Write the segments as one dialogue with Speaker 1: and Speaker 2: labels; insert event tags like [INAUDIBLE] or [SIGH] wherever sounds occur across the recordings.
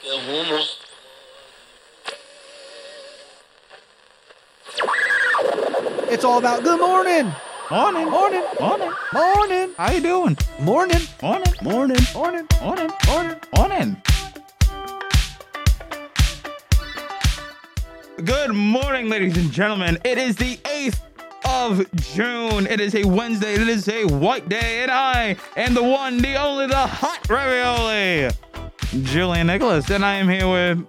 Speaker 1: Que rumo.
Speaker 2: It's all about good morning,
Speaker 3: Morning.
Speaker 2: morning,
Speaker 3: Morning.
Speaker 2: morning,
Speaker 3: How you doing?
Speaker 2: morning,
Speaker 3: Morning.
Speaker 2: morning, morning,
Speaker 3: Morning.
Speaker 2: morning.
Speaker 3: Morning. Good morning, ladies and gentlemen. It is the 8th of June. It is a Wednesday. It is a white day. And I am the one, the only, the hot ravioli, Julian Nicholas. And I am here with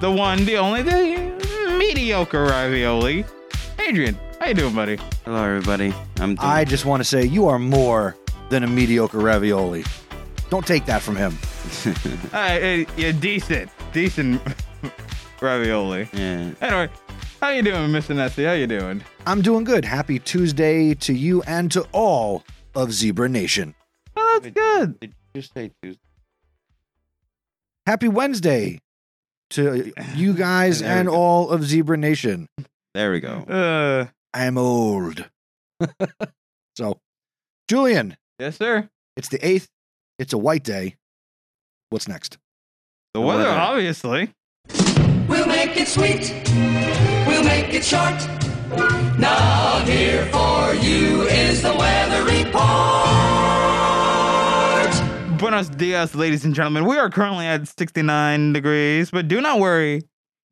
Speaker 3: the one, the only, the mediocre ravioli, Adrian. How you doing, buddy?
Speaker 4: Hello, everybody. I'm doing
Speaker 2: I just want to say you are more than a mediocre ravioli. Don't take that from him.
Speaker 3: Uh, you're decent. Decent [LAUGHS] ravioli.
Speaker 4: yeah.
Speaker 3: Anyway, how you doing, Mr. Nessie? How you doing?
Speaker 2: I'm doing good. Happy Tuesday to you and to all of Zebra Nation.
Speaker 3: Oh, that's good.
Speaker 4: Did you say Tuesday?
Speaker 2: Happy Wednesday to [LAUGHS] you guys
Speaker 4: There we
Speaker 2: and
Speaker 4: go.
Speaker 2: all of Zebra Nation.
Speaker 4: There we go.
Speaker 3: Uh,
Speaker 2: I am old. [LAUGHS] so, Julian,
Speaker 3: yes, sir.
Speaker 2: it's the 8th. It's a white day. What's next?
Speaker 3: The
Speaker 4: The
Speaker 3: weather,
Speaker 4: weather.
Speaker 3: obviously.
Speaker 5: We'll make it sweet. We'll make it short. Now here for you is the weather report.
Speaker 3: Buenos dias, ladies and gentlemen. We are currently at 69 degrees, but do not worry.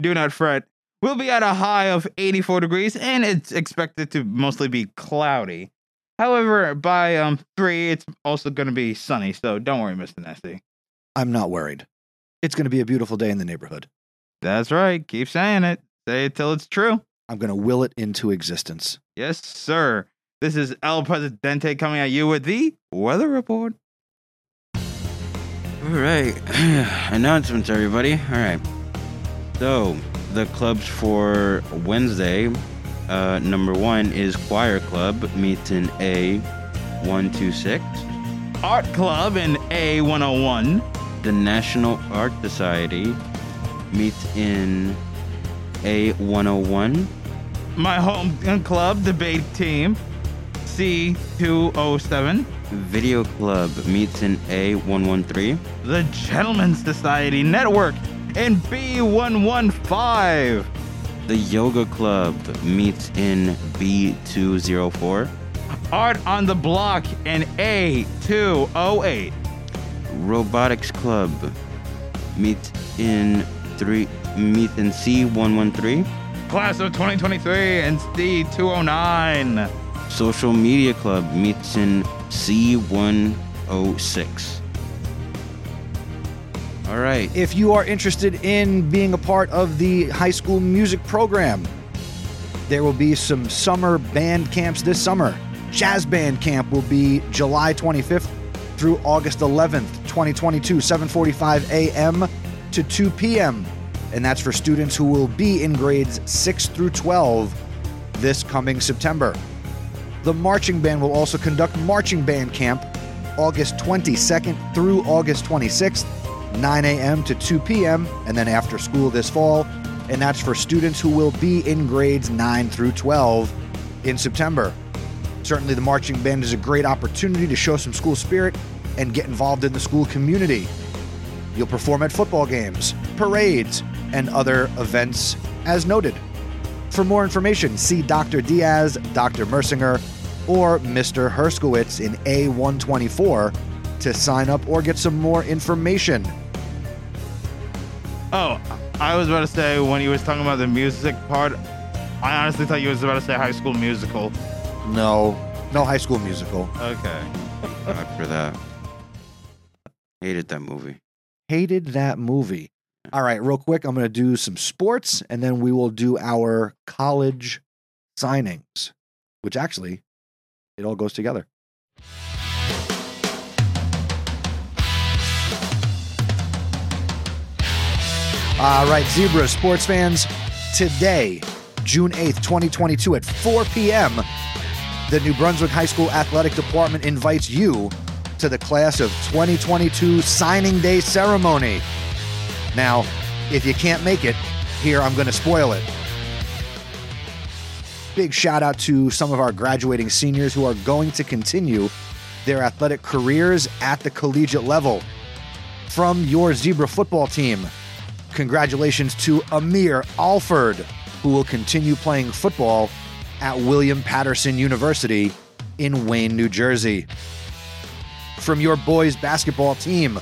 Speaker 3: Do not fret. We'll be at a high of 84 degrees, and it's expected to mostly be cloudy. However, by um three, it's also going to be sunny, so don't worry, Mr. Nessie.
Speaker 2: I'm not worried. It's going to be a beautiful day in the neighborhood.
Speaker 3: That's right. Keep saying it. Say it till it's true.
Speaker 2: I'm going to will it into existence.
Speaker 3: Yes, sir. This is El Presidente coming at you with the weather report.
Speaker 4: All right. [CLEARS THROAT] Announcements, everybody. All right. So, the clubs for Wednesday uh, number one is Choir Club, meets in A126.
Speaker 3: Art Club in A101.
Speaker 4: The National Art Society meets in A101.
Speaker 3: My home club debate team, C207.
Speaker 4: Video Club meets in A113.
Speaker 3: The Gentlemen's Society Network in B115.
Speaker 4: The Yoga Club meets in B204.
Speaker 3: Art on the Block in A208.
Speaker 4: Robotics Club meets in three meet in C one one three.
Speaker 3: Class of 2023 and C209.
Speaker 4: Social Media Club meets in C one oh six. All right.
Speaker 2: If you are interested in being a part of the high school music program, there will be some summer band camps this summer. Jazz Band Camp will be July 25th through August 11th, 2022, 7:45 a.m. to 2 p.m. And that's for students who will be in grades 6 through 12 this coming September. The marching band will also conduct marching band camp August 22nd through August 26th, 9 a.m. to 2 p.m., and then after school this fall. And that's for students who will be in grades 9 through 12 in September. Certainly, the marching band is a great opportunity to show some school spirit and get involved in the school community. You'll perform at football games, parades, and other events as noted. For more information, see Dr. Diaz, Dr. Mersinger, or Mr. Herskowitz in A124 to sign up or get some more information.
Speaker 3: Oh, I was about to say when he was talking about the music part, I honestly thought you was about to say High School Musical.
Speaker 2: No, no high school musical.
Speaker 3: Okay.
Speaker 4: God for that. Hated that movie.
Speaker 2: Hated that movie. All right, real quick, I'm going to do some sports and then we will do our college signings, which actually it all goes together. All right, Zebra sports fans, today, June 8th, 2022, at 4 p.m., the New Brunswick High School Athletic Department invites you to the class of 2022 signing day ceremony. Now, if you can't make it, here I'm going to spoil it. Big shout out to some of our graduating seniors who are going to continue their athletic careers at the collegiate level. From your Zebra football team, Congratulations to Amir Alford, who will continue playing football at William Patterson University in Wayne, New Jersey. From your boys' basketball team,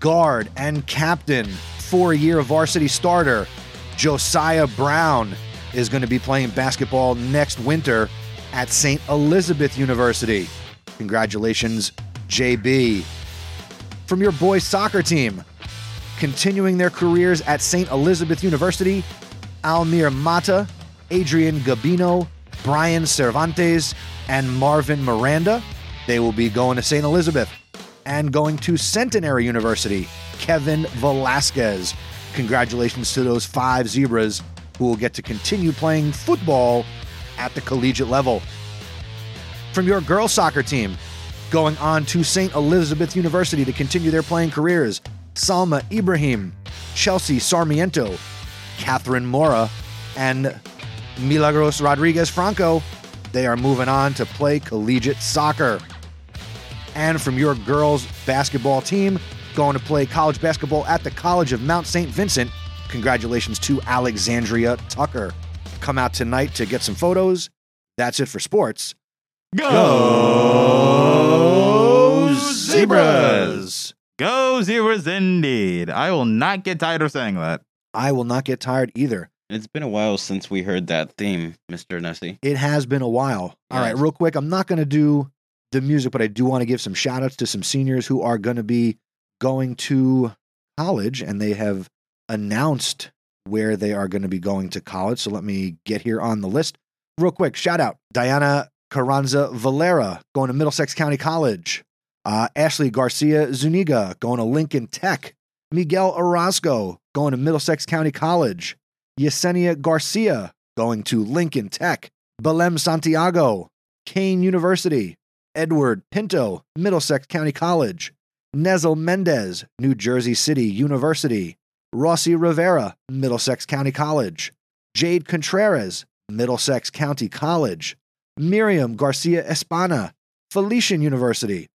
Speaker 2: guard and captain, four year varsity starter, Josiah Brown is going to be playing basketball next winter at St. Elizabeth University. Congratulations, JB. From your boys' soccer team, continuing their careers at St. Elizabeth University, Almir Mata, Adrian Gabino, Brian Cervantes, and Marvin Miranda. They will be going to St. Elizabeth and going to Centenary University, Kevin Velasquez. Congratulations to those five Zebras who will get to continue playing football at the collegiate level from your girls soccer team going on to St. Elizabeth University to continue their playing careers. Salma Ibrahim, Chelsea Sarmiento, Catherine Mora, and Milagros Rodriguez Franco. They are moving on to play collegiate soccer. And from your girls basketball team going to play college basketball at the College of Mount St. Vincent, congratulations to Alexandria Tucker. Come out tonight to get some photos. That's it for sports.
Speaker 3: Go
Speaker 2: Zebras.
Speaker 3: Go zebras indeed. I will not get tired of saying that.
Speaker 2: I will not get tired either.
Speaker 4: It's been a while since we heard that theme, Mr. Nessie.
Speaker 2: It has been a while. All right,
Speaker 4: Yes.
Speaker 2: real quick. I'm not going to do the music, but I do want to give some shout outs to some seniors who are going to be going to college and they have announced where they are going to be going to college. So let me get here on the list. Real quick, shout out Diana Carranza Valera going to Middlesex County College. Uh, Ashley Garcia Zuniga going to Lincoln Tech. Miguel Orozco going to Middlesex County College. Yesenia Garcia going to Lincoln Tech. Belém Santiago, Kane University. Edward Pinto, Middlesex County College. Nezel Mendez, New Jersey City University. Rossi Rivera, Middlesex County College. Jade Contreras, Middlesex County College. Miriam Garcia Espana, Felician University.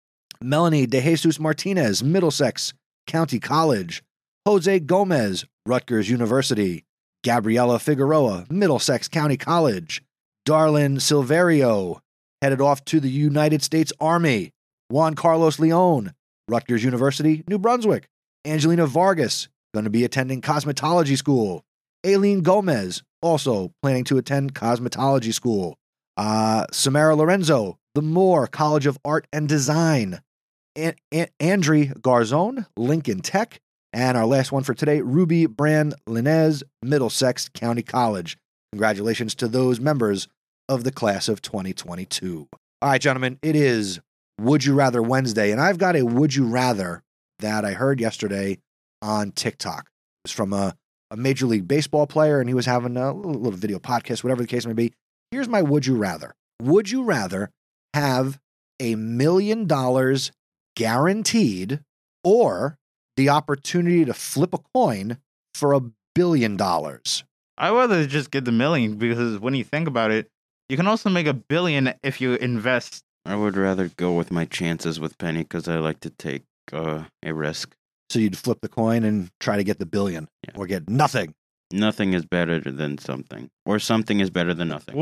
Speaker 2: Melanie De Jesus Martinez, Middlesex County College. Jose Gomez, Rutgers University. Gabriela Figueroa, Middlesex County College. Darlin Silverio, headed off to the United States Army. Juan Carlos Leon, Rutgers University, New Brunswick. Angelina Vargas, going to be attending cosmetology school. Aileen Gomez, also planning to attend cosmetology school. Uh, Samara Lorenzo, the Moore College of Art and Design. An- An- Andre Garzon, Lincoln Tech. And our last one for today, Ruby Brand Linez, Middlesex County College. Congratulations to those members of the class of 2022. All right, gentlemen, it is Would You Rather Wednesday, and I've got a Would You Rather that I heard yesterday on TikTok. It was from a, a Major League Baseball player, and he was having a little, little video podcast, whatever the case may be. Here's my Would You Rather Would you rather have a million dollars guaranteed or the opportunity to flip a coin for a billion dollars?
Speaker 3: I would rather just get the million because when you think about it, you can also make a billion if you invest.
Speaker 4: I would rather go with my chances with Penny because I like to take uh, a risk.
Speaker 2: So you'd flip the coin and try to get the billion
Speaker 4: Yeah.
Speaker 2: or get nothing.
Speaker 4: Nothing is better than something, or something is better than nothing.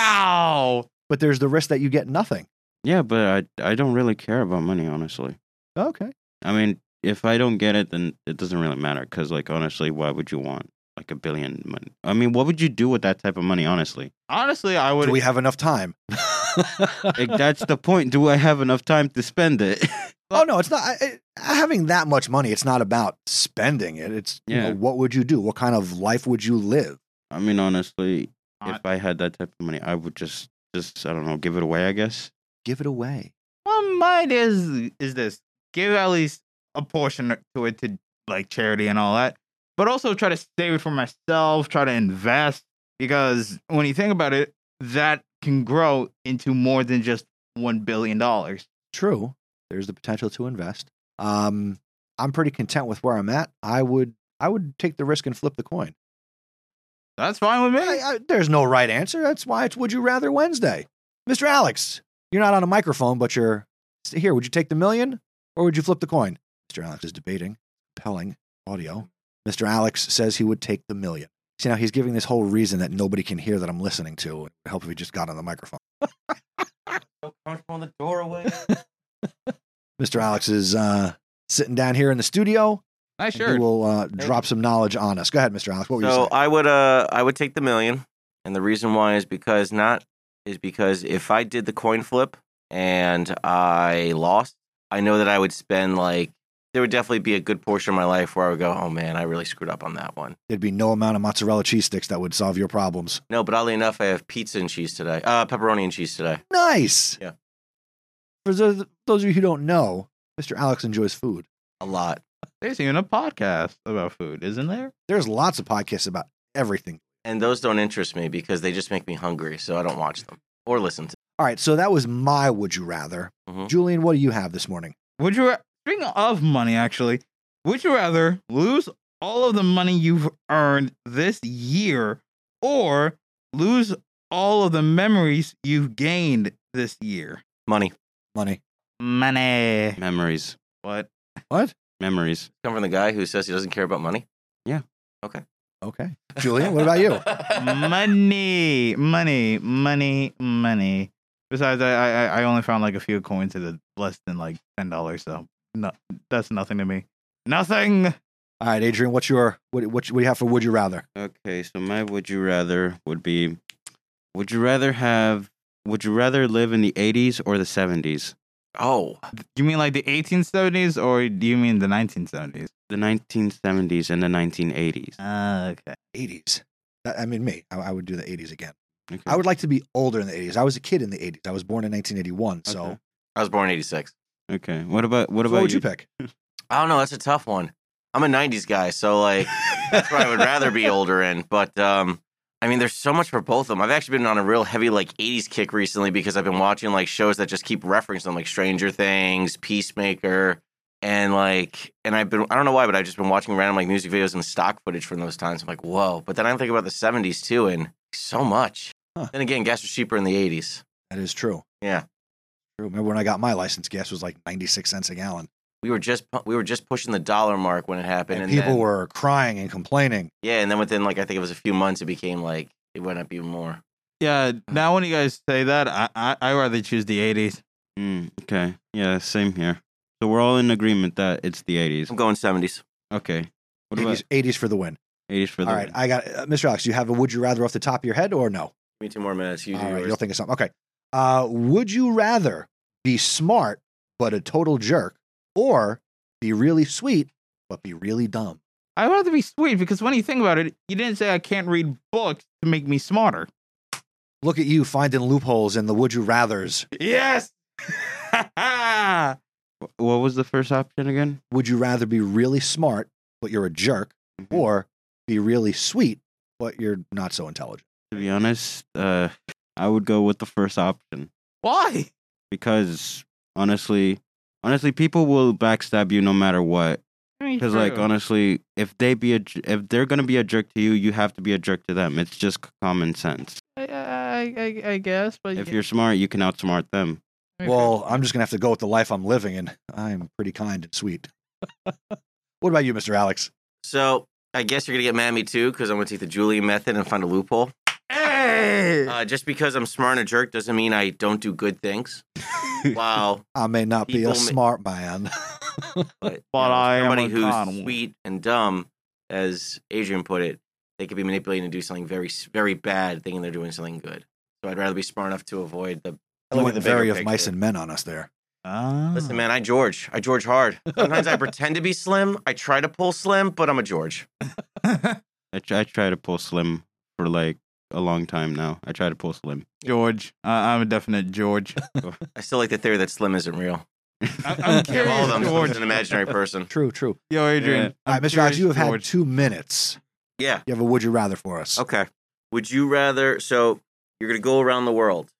Speaker 3: Wow.
Speaker 2: But there's the risk that you get nothing.
Speaker 4: Yeah, but I I don't really care about money, honestly.
Speaker 2: Okay.
Speaker 4: I mean, if I don't get it, then it doesn't really matter. Because, like, honestly, why would you want like a billion money? I mean, what would you do with that type of money, honestly?
Speaker 3: Honestly, I would.
Speaker 2: Do we have enough time?
Speaker 4: Like, that's the point. Do I have enough time to spend it? [LAUGHS]
Speaker 2: Oh no, it's not I, I- having that much money. It's not about spending it. It's you know,
Speaker 4: Yeah.
Speaker 2: what would you do? What kind of life would you live?
Speaker 4: I mean, honestly,
Speaker 3: I-
Speaker 4: if I had that type of money, I would just, just I don't know, give it away. I guess.
Speaker 2: Give it away.
Speaker 3: well, mine is is this: give at least a portion to it to like charity and all that, but also try to save it for myself. Try to invest because when you think about it, that can grow into more than just one billion dollars.
Speaker 2: True. There's the potential to invest. Um, I'm pretty content with where I'm at. I would I would take the risk and flip the coin.
Speaker 3: That's fine with me.
Speaker 2: I, I, there's no right answer. That's why it's Would You Rather Wednesday. Mr. Alex, you're not on a microphone, but you're here. Would you take the million or would you flip the coin? Mr. Alex is debating, compelling audio. Mr. Alex says he would take the million. See, now he's giving this whole reason that nobody can hear that I'm listening to. It would help if he just got on the microphone.
Speaker 4: Comfortable in the doorway.
Speaker 2: Mr. Alex is uh, sitting down here in the studio.
Speaker 3: Nice
Speaker 2: and
Speaker 3: shirt.
Speaker 2: He will uh, drop some knowledge on us. Go ahead, Mr. Alex. What were you
Speaker 1: So
Speaker 2: saying?
Speaker 1: I would uh I would take the million, and the reason why is because not is because if I did the coin flip and I lost, I know that I would spend like there would definitely be a good portion of my life where I would go, oh man, I really screwed up on that one.
Speaker 2: There'd be no amount of mozzarella cheese sticks that would solve your problems.
Speaker 1: No, but oddly enough, I have pizza and cheese today. Uh, pepperoni and cheese today.
Speaker 2: Nice.
Speaker 1: Yeah.
Speaker 2: For those, those of you who don't know, Mr. Alex enjoys food.
Speaker 1: A lot.
Speaker 3: There's even a podcast about food, isn't there?
Speaker 2: There's lots of podcasts about everything.
Speaker 1: And those don't interest me because they just make me hungry, so I don't watch them or listen to. Them.
Speaker 2: All right, so that was my would you rather.
Speaker 1: Mhm.
Speaker 2: Julian, what do you have this morning?
Speaker 3: Would you? ra- Speaking of money, actually, would you rather lose all of the money you've earned this year, or lose all of the memories you've gained this year?
Speaker 1: Money
Speaker 2: Money.
Speaker 3: Money.
Speaker 4: Memories.
Speaker 3: What?
Speaker 2: What?
Speaker 4: Memories.
Speaker 1: come from the guy who says he doesn't care about money.
Speaker 2: Okay. Julian, what
Speaker 1: [LAUGHS]
Speaker 2: about you?
Speaker 3: money, money, money, money. Besides, I, I I only found like a few coins that are less than like ten dollars, so no, that's nothing to me. Nothing.
Speaker 2: All right, Adrian, what's your what what, what do you have for would you rather?
Speaker 4: Okay, so my would you rather would be would you rather have would you rather live in the 80s or the 70s?
Speaker 1: Oh,
Speaker 3: You mean like the 1870s, or do you mean the 1970s?
Speaker 4: The 1970s and the 1980s.
Speaker 3: Uh, okay.
Speaker 2: Eighties. I mean, me. I, I would do the eighties again.
Speaker 4: Okay.
Speaker 2: I would like to be older in the eighties. I was a kid in the eighties. I was born in 1981. So,
Speaker 4: Okay.
Speaker 1: I was born in '86.
Speaker 4: Okay. What about what
Speaker 2: So
Speaker 4: about
Speaker 2: what would you, pick?
Speaker 1: I don't know. That's a tough one. I'm a '90s guy, so like that's what I would
Speaker 3: [LAUGHS]
Speaker 1: rather be older in. But um, I mean, there's so much for both of them. I've actually been on a real heavy like '80s kick recently because I've been watching like shows that just keep referencing them, like Stranger Things, Peacemaker, and like, and I've been I don't know why, but I've just been watching random like music videos and stock footage from those times. I'm like, whoa. But then I think about the '70s too, and so much.
Speaker 2: Huh.
Speaker 1: Then again, gas was cheaper in the '80s.
Speaker 2: That is true.
Speaker 1: Yeah.
Speaker 2: True. Remember when I got my license? Gas was like 96 cents a gallon,
Speaker 1: We were just pu- we were just pushing the dollar mark when it happened,
Speaker 2: and,
Speaker 1: and
Speaker 2: people
Speaker 1: then-
Speaker 2: were crying and complaining.
Speaker 1: Yeah, and then within like I think it was a few months, it became like it went up even more.
Speaker 3: Yeah. Now, when you guys say that, I I I rather choose the 80s.
Speaker 4: Mm, okay. Yeah, same here. So we're all in agreement that it's the 80s.
Speaker 1: I'm going seventies.
Speaker 4: Okay. What
Speaker 2: 80s,
Speaker 4: about
Speaker 2: 80s for the win.
Speaker 4: 80s for the
Speaker 2: All right, I got uh, Mr. Alex. You have a would you rather off the top of your head or no?
Speaker 1: Give me two more minutes. You do
Speaker 2: All right,
Speaker 1: yours.
Speaker 2: you'll think of something. Okay. Uh, would you rather be smart but a total jerk, or be really sweet but be really dumb?
Speaker 3: I'd rather be sweet because when you think about it, you didn't say I can't read books to make me smarter.
Speaker 2: Look at you finding loopholes in the would you rather's.
Speaker 3: [LAUGHS] Yes.
Speaker 4: Wh- What was the first option again?
Speaker 2: Would you rather be really smart but you're a jerk,
Speaker 4: Mhm.
Speaker 2: or be really sweet but you're not so intelligent?
Speaker 4: To be honest, uh I would go with the first option
Speaker 3: Why?
Speaker 4: because honestly, honestly people will backstab you no matter what. Because like honestly, if they be a, j- if they're gonna be a jerk to you, you have to be a jerk to them. It's just c- common sense.
Speaker 3: I, I, I, I guess, but
Speaker 4: If you're smart, you can outsmart them.
Speaker 2: Well, I'm just gonna have to go with the life I'm living, and I'm pretty kind and sweet. [LAUGHS] what about you, Mr. Alex?
Speaker 1: So I guess you're gonna get mad at me too because I'm gonna take the Julian method and find a loophole.
Speaker 3: hey,
Speaker 1: Uh, just because I'm smart and a jerk doesn't mean I don't do good
Speaker 3: [LAUGHS]
Speaker 1: things. wow,
Speaker 2: I may not be
Speaker 1: People
Speaker 2: a
Speaker 1: may-
Speaker 2: smart
Speaker 1: [LAUGHS]
Speaker 2: man.
Speaker 1: but,
Speaker 3: But I am
Speaker 1: somebody
Speaker 3: a
Speaker 1: who's
Speaker 3: con.
Speaker 1: sweet and dumb, as Adrian put it, they could be manipulated and do something very very bad, thinking they're doing something good. So I'd rather be smart enough to avoid the.
Speaker 2: I
Speaker 1: look at
Speaker 2: went
Speaker 1: the bigger
Speaker 2: very of
Speaker 1: picture.
Speaker 2: mice and men on us there.
Speaker 3: Hmm.
Speaker 1: Listen, man, I George. I George
Speaker 3: [LAUGHS]
Speaker 1: hard. Sometimes I pretend to be slim. I try to pull slim, but I'm a George.
Speaker 4: I, tr- I try to pull slim for like a long time now. I try to pull slim.
Speaker 3: George, I, I'm a definite George.
Speaker 1: I still like the theory that slim isn't real.
Speaker 3: I'm,
Speaker 4: [LAUGHS]
Speaker 3: I'm
Speaker 1: Of
Speaker 3: curious,
Speaker 1: all of them,
Speaker 3: George.
Speaker 1: slim's an
Speaker 2: [LAUGHS]
Speaker 1: imaginary person.
Speaker 2: True, true.
Speaker 3: [LAUGHS] Yo, Adrian.
Speaker 4: Yeah.
Speaker 2: All right,
Speaker 3: I'm
Speaker 2: Mr. Alex,
Speaker 3: curious,
Speaker 2: you have had
Speaker 3: George.
Speaker 2: two minutes.
Speaker 1: Yeah.
Speaker 2: You have a would you rather for us?
Speaker 1: Okay. Would you rather? So you're gonna go around the world.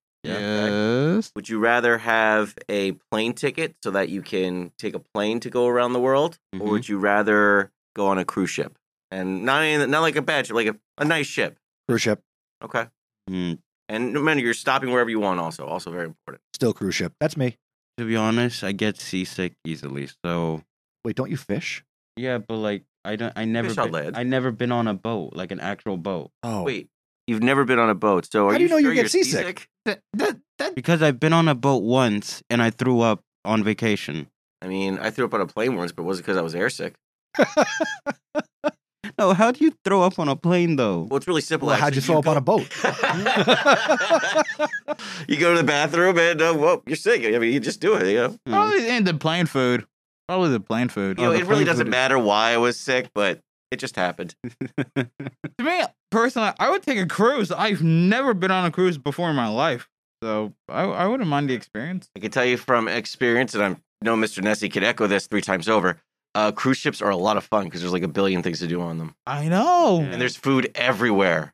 Speaker 3: Yes.
Speaker 1: Would you rather have a plane ticket so that you can take a plane to go around the world,
Speaker 2: Mm-hmm.
Speaker 1: or would you rather go on a cruise ship? And not any, not like a bad ship, like a, a nice ship.
Speaker 2: Cruise ship,
Speaker 1: Okay.
Speaker 4: Mm,
Speaker 1: And remember, you're stopping wherever you want. Also, also very important.
Speaker 2: still cruise ship. That's me.
Speaker 4: to be honest, I get seasick easily. So
Speaker 2: Wait, don't you fish?
Speaker 4: yeah, but like I don't. I never.
Speaker 1: Fish out
Speaker 4: been-
Speaker 1: lad.
Speaker 4: I never been on a boat, like an actual boat,
Speaker 2: Oh,
Speaker 1: Wait, you've never been on a boat, so are
Speaker 2: How do you know you
Speaker 1: sure
Speaker 2: get
Speaker 1: you're
Speaker 2: seasick?
Speaker 3: That, that, that,
Speaker 4: because I've been on a boat once and I threw up on vacation.
Speaker 1: I mean, I threw up on a plane once, but was it because I was airsick?
Speaker 4: No, how do you throw up on a plane though?
Speaker 1: Well, it's really simple.
Speaker 2: Well, how'd you throw
Speaker 1: actually.
Speaker 2: up on a boat?
Speaker 1: go- [LAUGHS] you go to the bathroom and uh, whoa, you're sick. I mean, you just do it. You know,
Speaker 4: Hmm.
Speaker 3: probably and the plain food. Probably the plain food.
Speaker 1: you
Speaker 3: Oh,
Speaker 1: know
Speaker 3: the
Speaker 1: it really
Speaker 3: plain
Speaker 1: doesn't
Speaker 3: food.
Speaker 1: matter why I was sick, but it just happened.
Speaker 3: To me personally, I would take a cruise. I've never been on a cruise before in my life, so I, I wouldn't mind the experience.
Speaker 1: I can tell you from experience, and I'm no Mr. Nessie could echo this three times over. Uh, cruise ships are a lot of fun because there's like a billion things to do on them,
Speaker 3: I know.
Speaker 4: Yeah.
Speaker 1: and there's food everywhere,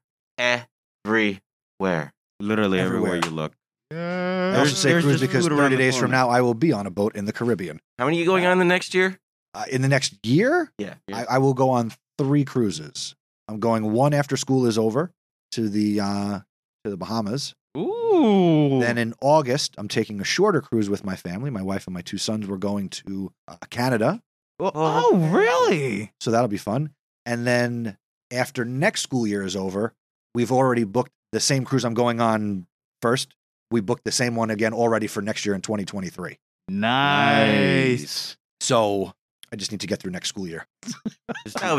Speaker 1: everywhere.
Speaker 4: Literally [LAUGHS] everywhere,
Speaker 2: Everywhere.
Speaker 4: you look.
Speaker 2: I
Speaker 4: There's-
Speaker 2: also say
Speaker 4: there's
Speaker 2: cruise
Speaker 4: just
Speaker 2: because
Speaker 4: food around
Speaker 2: 30
Speaker 4: the
Speaker 2: days from
Speaker 4: corner.
Speaker 2: now, I will be on a boat in the Caribbean.
Speaker 1: How many are you going on the next year?
Speaker 2: Uh, in the next year,
Speaker 1: Yeah,
Speaker 2: I, I will go on three cruises. I'm going one after school is over to the uh, to the Bahamas.
Speaker 3: Ooh.
Speaker 2: Then in August, I'm taking a shorter cruise with my family. My wife and my two sons were going to uh, Canada,
Speaker 3: oh, really?
Speaker 2: so that'll be fun. And then after next school year is over, we've already booked the same cruise I'm going on first. We booked the same one again already for next year in 2023.
Speaker 3: Nice.
Speaker 2: So I just need to get through next school year.
Speaker 1: That'll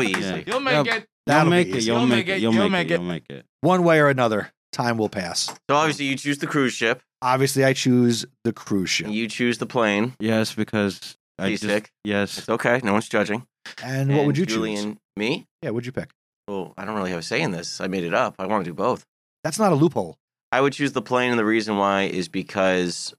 Speaker 4: [LAUGHS]
Speaker 1: be easy.
Speaker 3: You'll
Speaker 4: Yep.
Speaker 3: make it.
Speaker 4: You'll
Speaker 2: That'll
Speaker 4: make
Speaker 2: be
Speaker 4: it.
Speaker 2: easy.
Speaker 4: You'll make it. You'll make it. You'll make it.
Speaker 2: One way or another, time will pass.
Speaker 1: So obviously you choose the cruise ship,
Speaker 2: Obviously, I choose the cruise ship.
Speaker 1: you choose the plane.
Speaker 4: Yes, because I
Speaker 1: He's
Speaker 4: just
Speaker 1: sick.
Speaker 4: yes.
Speaker 1: It's okay, no one's judging.
Speaker 2: And what would you choose?
Speaker 1: Julian, me?
Speaker 2: Yeah, what'd you pick?
Speaker 1: Well, Oh, I don't really have a say in this. I made it up. I want to do both.
Speaker 2: That's not a loophole.
Speaker 1: I would choose the plane, and the reason why is because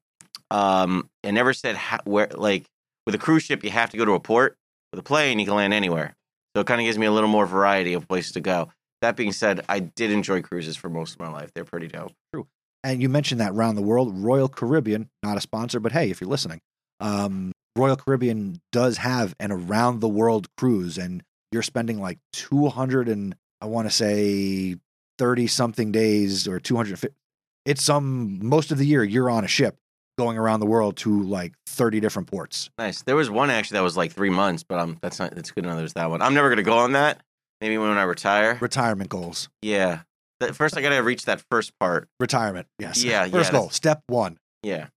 Speaker 1: um, it never said how, where. Like with a cruise ship, you have to go to a port. With a plane, you can land anywhere. So it kind of gives me a little more variety of places to go. That being said, I did enjoy cruises for most of my life. They're pretty dope.
Speaker 2: And you mentioned that round the world, Royal Caribbean, not a sponsor, but hey, if you're listening, um, Royal Caribbean does have an around the world cruise, and you're spending like 200 and I want to say 30 something days or 250. It's some most of the year you're on a ship going around the world to like 30 different ports.
Speaker 1: Nice. There was one actually that was like three months, but um, that's not. That's good. enough. There's that one. I'm never gonna go on that. Maybe when I retire.
Speaker 2: Retirement goals.
Speaker 1: Yeah. That- First, I gotta reach that first part.
Speaker 2: Retirement. Yes.
Speaker 1: Yeah,
Speaker 2: First
Speaker 1: yeah,
Speaker 2: goal, step one.
Speaker 1: Yeah.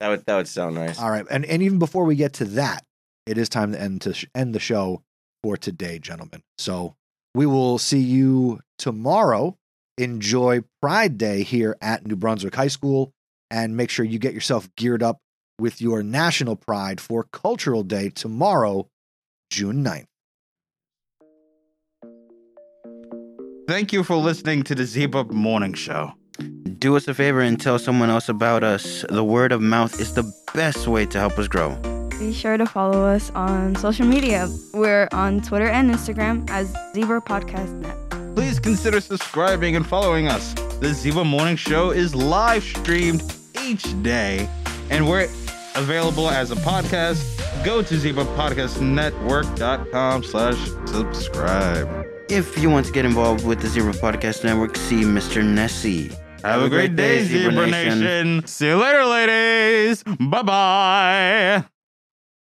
Speaker 1: that would that would sound nice.
Speaker 2: All right, and and even before we get to that, it is time to end to sh- end the show for today, gentlemen. So we will see you tomorrow. Enjoy Pride Day here at New Brunswick High School, and make sure you get yourself geared up with your national pride for Cultural Day tomorrow, June 9th.
Speaker 3: Thank you for listening to the Zebra Morning Show.
Speaker 4: Do us a favor and tell someone else about us. The word of mouth is the best way to help us grow.
Speaker 6: Be sure to follow us on social media. We're on Twitter and Instagram as Zebra Podcast Net.
Speaker 3: Please consider subscribing and following us. The Zebra Morning Show is live streamed each day, and we're available as a podcast. Go to zebrapodcastnetwork.com slash subscribe.
Speaker 4: If you want to get involved with the Zebra Podcast Network, see Mr. Nessie.
Speaker 3: Have a great day, Zebra Nation. See you later, ladies. Bye-bye.